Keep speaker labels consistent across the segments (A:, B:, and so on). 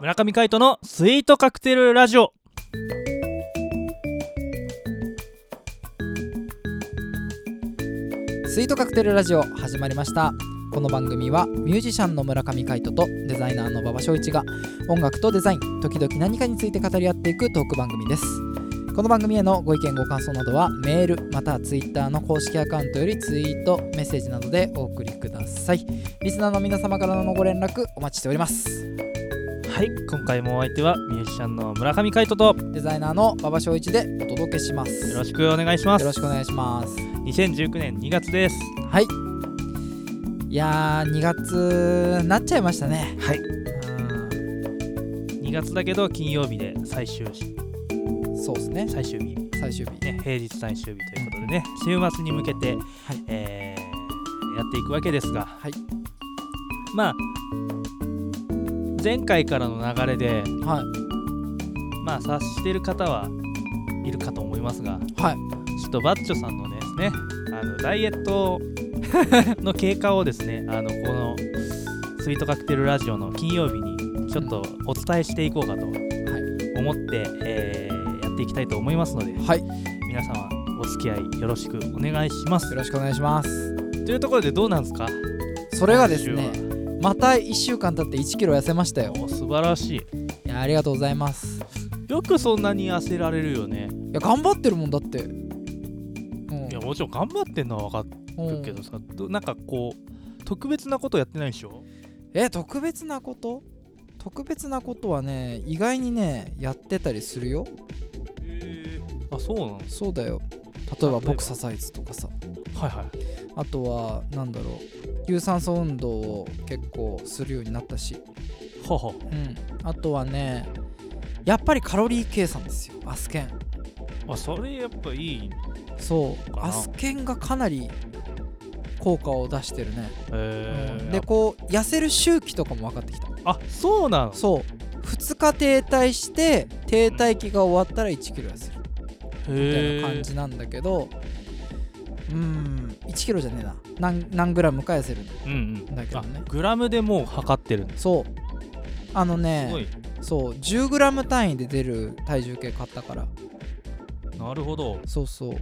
A: 村上海人のスイートカクテルラジオ
B: スイートカクテルラジオ始まりましたこの番組はミュージシャンの村上海人とデザイナーの馬場翔一が音楽とデザイン時々何かについて語り合っていくトーク番組ですこの番組へのご意見ご感想などはメールまたはツイッターの公式アカウントよりツイートメッセージなどでお送りくださいリスナーの皆様からのご連絡お待ちしております
A: はい今回もお相手はミュージシャンの村上海人と
B: デザイナーの馬場翔一でお届けします
A: よ
B: よ
A: ろしくお願いします
B: ろしくお願いします
A: 2019年2月です
B: はいいやー2月なっちゃいましたね
A: はい
B: うん
A: 2月だけど金曜日で最終し
B: そうですね、
A: 最終日ね
B: 最終日。
A: 平日最終日ということでね週末に向けて、
B: はい
A: えーやっていくわけですが、
B: はい
A: まあ前回からの流れで
B: はい。
A: まあ察してる方はいるかと思いますが
B: はい。
A: ちょっとバッチョさんのですねあのダイエット の経過をですねあのこのスイートカクテルラジオの金曜日にちょっとお伝えしていこうかと思って、えーやっていきたいと思いますので
B: はい。よ
A: 皆様お付き合いよろしくお願いします
B: ろしくお願いします。
A: というところでどうなんですか
B: それがですね、また1週間経って1キロ痩せましたよ
A: 今。週はお素晴らしい
B: いや、ありがとうございます。
A: よくそんなに痩せられるよね、
B: いや、頑張ってるもんだって。うん
A: いやもちろん頑張ってんのは分かって
B: うん
A: るけどさ、どなんかこう特別なことやってないでしょ
B: え、特別なこと特別なことはね、意外にね、やってたりするよ。
A: あそうなんです
B: そうだよ。例えば
A: 例えば
B: ボクササイズとかさ、
A: はいはい
B: あとは、なんだろう、有酸素運動を結構するようになったし、
A: はは
B: うん、あとはねやっぱりカロリー計算ですよアスケン
A: あそれやっぱいい
B: そう
A: かな
B: アスケンがかなり効果を出してるね、
A: え
B: うんでこう痩せる周期とかも分かってきた
A: あそうなの
B: そう2日停滞して停滞期が終わったら1キロ痩せるみたい
A: へ
B: な感じなんだけどうーん1キロじゃねえな何何グラムか痩せるんだ
A: うんうん
B: だけどね
A: あグラムでもう測ってるんです
B: そうあの
A: すご
B: ね
A: い
B: そう1 0ム単位で出る体重計買ったから
A: なるほど
B: そうそう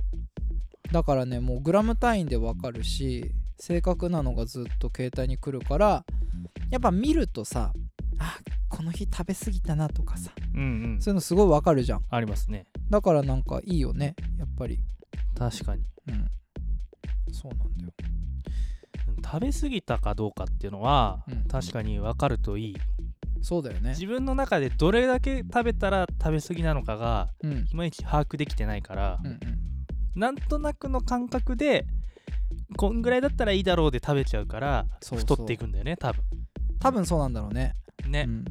B: だからねもうグラム単位でわかるし正確なのがずっと携帯に来るからやっぱ見るとさあこの日食べ過ぎたなとかさ
A: うんうん
B: そういうのすごいわかるじゃん
A: ありますね
B: だからなんかいいよねやっぱり
A: 確かに
B: うんそうなんだよ
A: 食べ過ぎたかどうかっていうのは、
B: うん
A: 確かに分かるといい
B: そうだよね
A: 自分の中でどれだけ食べたら食べ過ぎなのかが
B: うんうん
A: いまいち把握できてないから、
B: うん
A: なんとなくの感覚でこんぐらいだったらいいだろうで食べちゃうから
B: そうそう
A: 太っていくんだよね多分
B: 多分そうなんだろうね
A: ね、
B: うん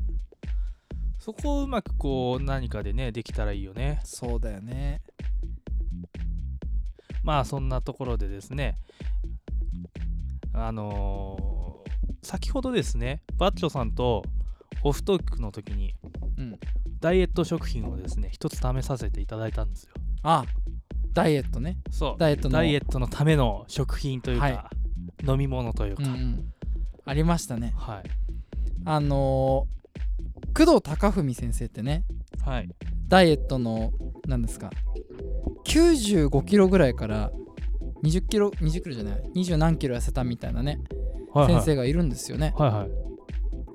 A: そこをうまくこう何かでねできたらいいよね
B: そうだよね
A: まあそんなところでですねあのー先ほどですねバッチョさんとオフトークの時に
B: うん
A: ダイエット食品をですね一つ試させていただいたんですよ
B: あダイエットね
A: そう
B: ダイエットの
A: ダイエットのための食品というか、
B: は
A: 飲み物というか、
B: うんうんありましたね
A: はい
B: あのー工藤貴文先生ってね
A: はい
B: ダイエットの何ですか95キロぐらいから20キロ20キロじゃない20何キロ痩せたみたいなね、
A: はい
B: 先生がいるんですよね
A: はいはい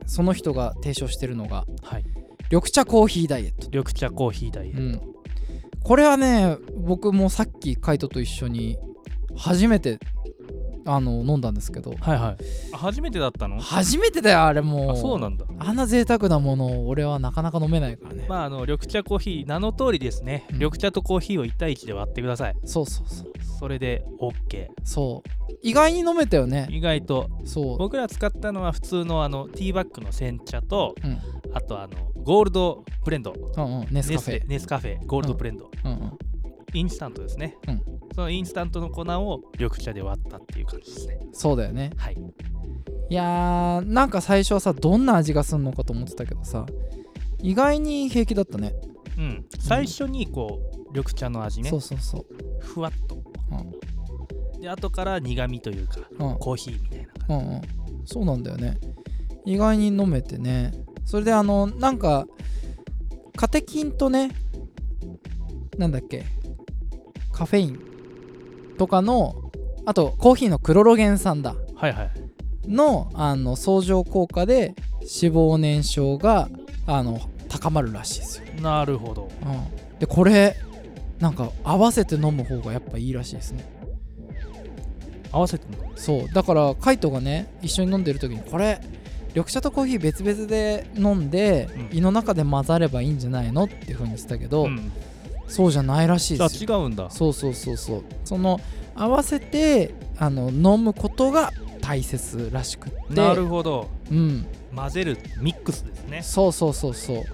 B: その人が提唱してるのが
A: はい
B: 緑茶コーヒーダイエット、
A: 緑茶コーヒーダイエッ
B: う
A: ト、
B: ん、これはね僕もさっきカイトと一緒に初めてあの飲んだんですけど
A: はいはいあ初めてだったの
B: 初めてだよあれも
A: あそうなんだ
B: あんな贅沢なものを俺はなかなか飲めないからね
A: まああの緑茶コーヒー名の通りですね、
B: うん
A: 緑茶とコーヒーを1対1で割ってください
B: そうそうそう
A: それで OK
B: そう意外に飲めたよね
A: 意外と
B: そ
A: 僕ら使ったのは普通のあのティーバッグの煎茶と
B: う、うん
A: あとあのゴールドブレンド
B: うんうん、ネスカフ
A: レ
B: ェ
A: ネスカフェゴールドブレンド、
B: うんうん、
A: インスタントですね、
B: うん
A: そのインスタントの粉を緑茶で割ったっていう感じですね
B: そうだよね
A: はい
B: いやーなんか最初はさどんな味がすんのかと思ってたけどさ意外に平気だったね
A: うん最初にこう緑茶の味ね
B: そうそうそう
A: ふわっと、で後から苦味というか
B: うん
A: コーヒーみたいな感
B: うんうんそうなんだよね意外に飲めてねそれであのなんかカテキンとねなんだっけカフェインとかのあとコーヒーのクロロゲン酸だ
A: はいはい
B: のあの相乗効果で脂肪燃焼があの高まるらしいですよ、
A: なるほど
B: うん、でこれなんか合わせて飲む方がやっぱいいらしいですね
A: 合わせてんの
B: そうだからカイトがね一緒に飲んでる時にこれ緑茶とコーヒー別々で飲んで、
A: うん
B: 胃の中で混ざればいいんじゃないのっていう風にしてたけど、
A: うん、
B: そうじゃないらしい
A: あ
B: です
A: 違
B: よ
A: うんだ
B: そうそうそうそうその合わせてあの飲むことが大切らしくって
A: なるほど
B: うん
A: 混ぜるミックスですね
B: そうそうそうそう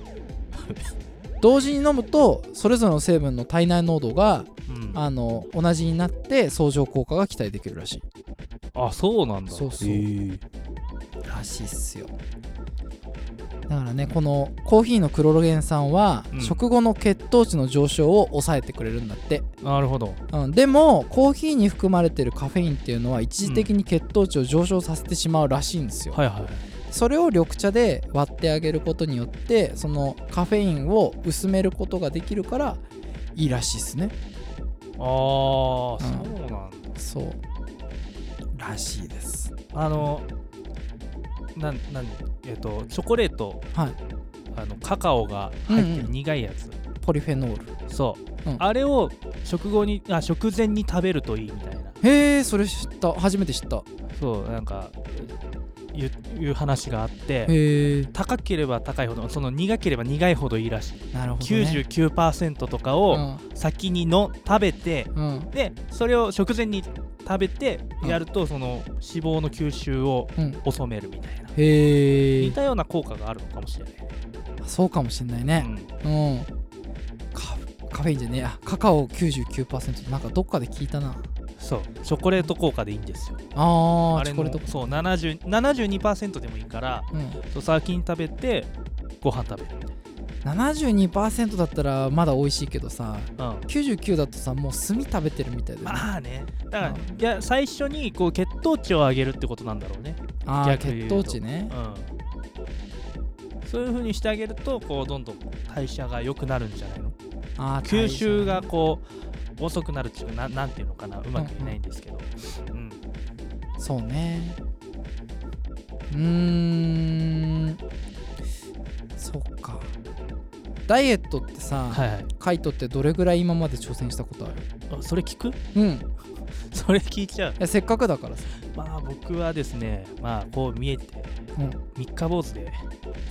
B: 同時に飲むとそれぞれの成分の体内濃度が
A: うん
B: あの同じになって相乗効果が期待できるらしい
A: あそうなんだ
B: そうそう
A: へー
B: らしいっすよだからねこのコーヒーのクロロゲン酸は、
A: うん
B: 食後の血糖値の上昇を抑えてくれるんだって、
A: なるほど
B: うん、でもコーヒーに含まれてるカフェインっていうのは一時的に血糖値を上昇させてしまうらしいんですよ、
A: はいはい
B: それを緑茶で割ってあげることによってそのカフェインを薄めることができるからいいらしいですね
A: あーそうなんだ
B: そうらしいです
A: あのなんなんえっとチョコレート
B: はい
A: あのカカオが入って
B: うんう
A: る
B: ん
A: 苦いやつ、
B: ポリフェノール
A: そう、
B: うん
A: あれを食後にあ食前に食べるといいみたいな
B: へえそれ知った初めて知った
A: そうなんかいういう話があって
B: へえ
A: 高ければ高いほどその苦ければ苦いほどいいらしい、
B: なるほど、ね、
A: 99%とかを先にの食べて
B: うん、うん
A: でそれを食前に食べて
B: うん
A: やると、その脂肪の吸収を
B: うん
A: 収めるみたいな、
B: へえ
A: 似たような効果があるのかもしれない、
B: そうかもしんないね
A: う
B: うん、カカフェインじゃねえあカカオ99%なんかどっかで聞いたな
A: うんそうチョコレート効果でいいんですよ
B: あー
A: あ
B: チ
A: れ
B: ョ
A: の
B: コレート
A: そう70 72%でもいいから
B: うん
A: そう先に食べてご飯食べるみたい
B: 72%だったらまだ美味しいけどさ
A: な、うん、
B: 99だとさもう炭食べてるみたいだよね、
A: まあねだから、
B: うん
A: いや最初にこう血糖値を上げるってことなんだろうね
B: あー
A: 逆に言
B: 血
A: うと
B: 糖値ね
A: うんそういう風にしてあげるとこうどんどん代謝が良くなるんじゃないの
B: あー
A: 吸収がこう遅くなるっていうかななんていうのかなうまく言えないんですけど、うん
B: そうねうーんそっかダイエットってさ、
A: はいはい
B: カイトってどれぐらい今まで挑戦したことある
A: あそれ聞く
B: うんい
A: それ聞いちゃう
B: やせっかくだからさ、
A: まあ僕はですねまあこう見えて
B: うん、
A: 三日坊主で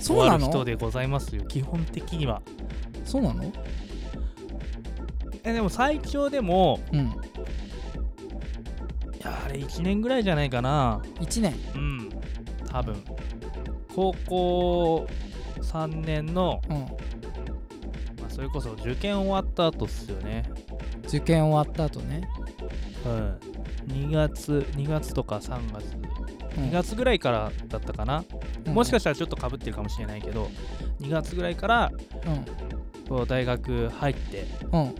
A: 終
B: そう
A: わ
B: な
A: る人
B: の
A: でございますよ基本的には
B: そうなの
A: えでも最長でも
B: うん
A: いやあれ1年ぐらいじゃないかな
B: 1年
A: うん多分高校3年の、
B: うん
A: まあ、それこそ受験終わった後っすよね
B: 受験終わった後ね、
A: うん2月2月とか3月
B: うん
A: 2月ぐらいからだったかな、
B: うん
A: もしかしたらちょっとかぶってるかもしれないけど2月ぐらいからこう大学入って、
B: うんうん
A: うん、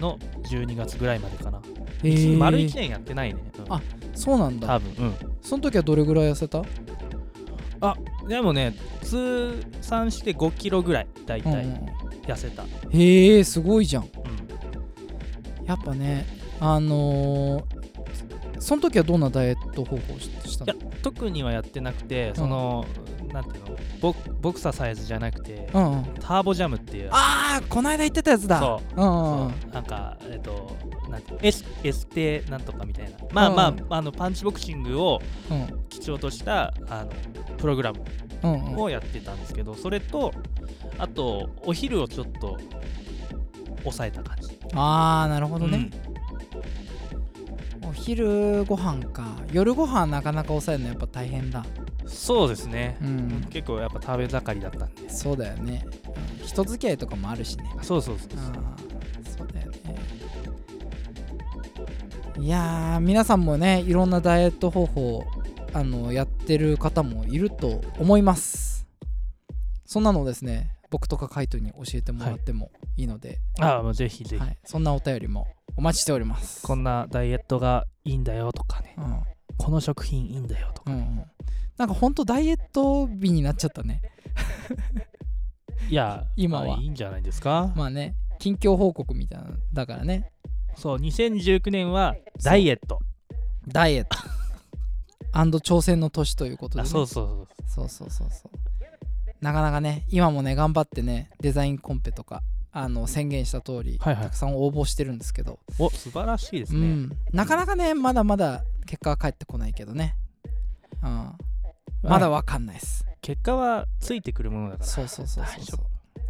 A: の12月ぐらいまでかな、
B: へー
A: 丸1年やってないね、うん
B: あそうなんだ
A: 多分うん
B: その時はどれぐらい痩せた
A: でもね通算して5キロぐらいだいた
B: うん
A: い
B: うん
A: 痩せた、うん
B: うんへえすごいじゃんやっぱねあのーその時はどんなダイエット方法をしした
A: いや
B: の
A: 特にはやってなくてその、なんていうのボボクササイズじゃなくて、
B: うんうん
A: ターボジャムっていう
B: ああこの間言ってたやつだ,、
A: そう
B: んうんうん、
A: そうなんかえっ、となんて S, S テなんとかみたいなまあ
B: うん
A: まあ,、あのパンチボクシングを
B: うん
A: 基調としたあのプログラム
B: うんうん
A: をやってたんですけど、それとあとお昼をちょっと抑えた感じ、
B: ああなるほどね、お昼ご飯か夜ご飯なかなか抑えるのやっぱ大変だ
A: うんそうですね
B: う、ん
A: 結構やっぱ食べ盛りだったんで
B: そうだよね、うん人付き合いとかもあるしね
A: そうそうそうそう
B: あーそうだよねいやー皆さんもねいろんなダイエット方法あのやってる方もいると思いますそんなのをですね僕とかカイトに教えてもらってもいいので、
A: ああもうぜひぜ
B: はい
A: ひ、
B: そんなお便りもお待ちしております
A: こんなダイエットがいいんだよとかね
B: うん
A: この食品いいんだよとか
B: うんうん、なんかほんとダイエット日になっちゃったね
A: いや
B: 今は
A: まあいいんじゃないですか、
B: まあね近況報告みたいなのだからね
A: そう2019年はダイエット
B: ダイエットアンド挑戦の年ということで、
A: あ
B: ね、
A: そうそうそう
B: そうそうそうそうなかなかね今もね頑張ってねデザインコンペとかあの宣言した通り、
A: はいはい
B: たくさん応募してるんですけど、
A: お素晴らしいです
B: う
A: ね、
B: ん、なかなかねまだまだ結果は返ってこないけどね、うん、まだ
A: あ
B: わかんないです
A: 結果はついてくるものだから
B: そうそうそうそうそう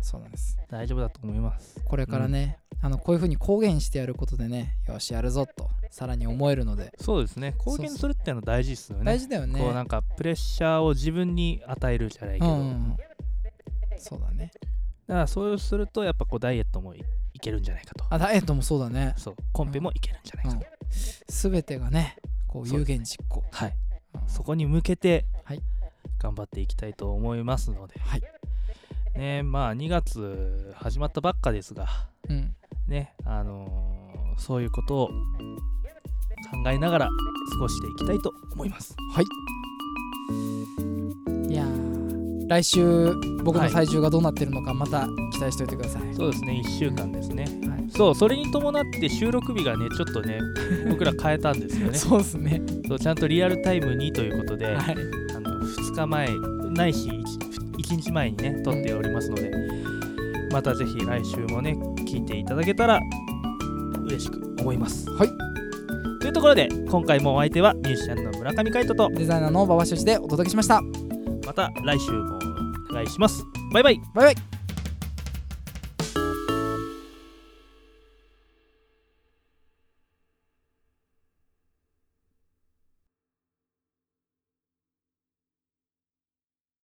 B: そうなんです
A: 大丈夫だと思います
B: これからね、あのこういうふうに公言してやることでねよしやるぞとさらに思えるので、
A: そうですね公言するってのは大事ですよね
B: 大事だよね
A: こうなんかプレッシャーを自分に与えるじゃないけ
B: う
A: ど、
B: んうんうんそうだね
A: だからそうするとやっぱこうダイエットもいいけるんじゃないかと
B: あダイエットもそうだね
A: そうコンペもいけるんじゃないかと、
B: すべてがねこう
A: そう
B: 有
A: ですね
B: 言実行
A: はい
B: うん
A: そこに向けて
B: はい
A: 頑張っていきたいと思いますので、
B: はい
A: ねまあ2月始まったばっかですが
B: うん
A: ねあのーそういうことを考えながら過ごしていきたいと思います
B: いやー来週僕の体重がどうなってるのかまた期待しておいてください、
A: そうですね1週間ですね、
B: はい
A: そうそれに伴って収録日がねちょっと ね僕ら変えたんですよね
B: そうですね
A: そうちゃんとリアルタイムにということで、
B: はい
A: あの2日前ないし 1, 日前にね撮っておりますのでまたぜひ来週もね聞いていただけたら嬉しく思います。
B: はい
A: というところで今回もお相手はミュージシャンの村上海人と
B: デザイナーの馬場所司でお届けしました
A: また来週もお願いします。バイバイ
B: バイバイ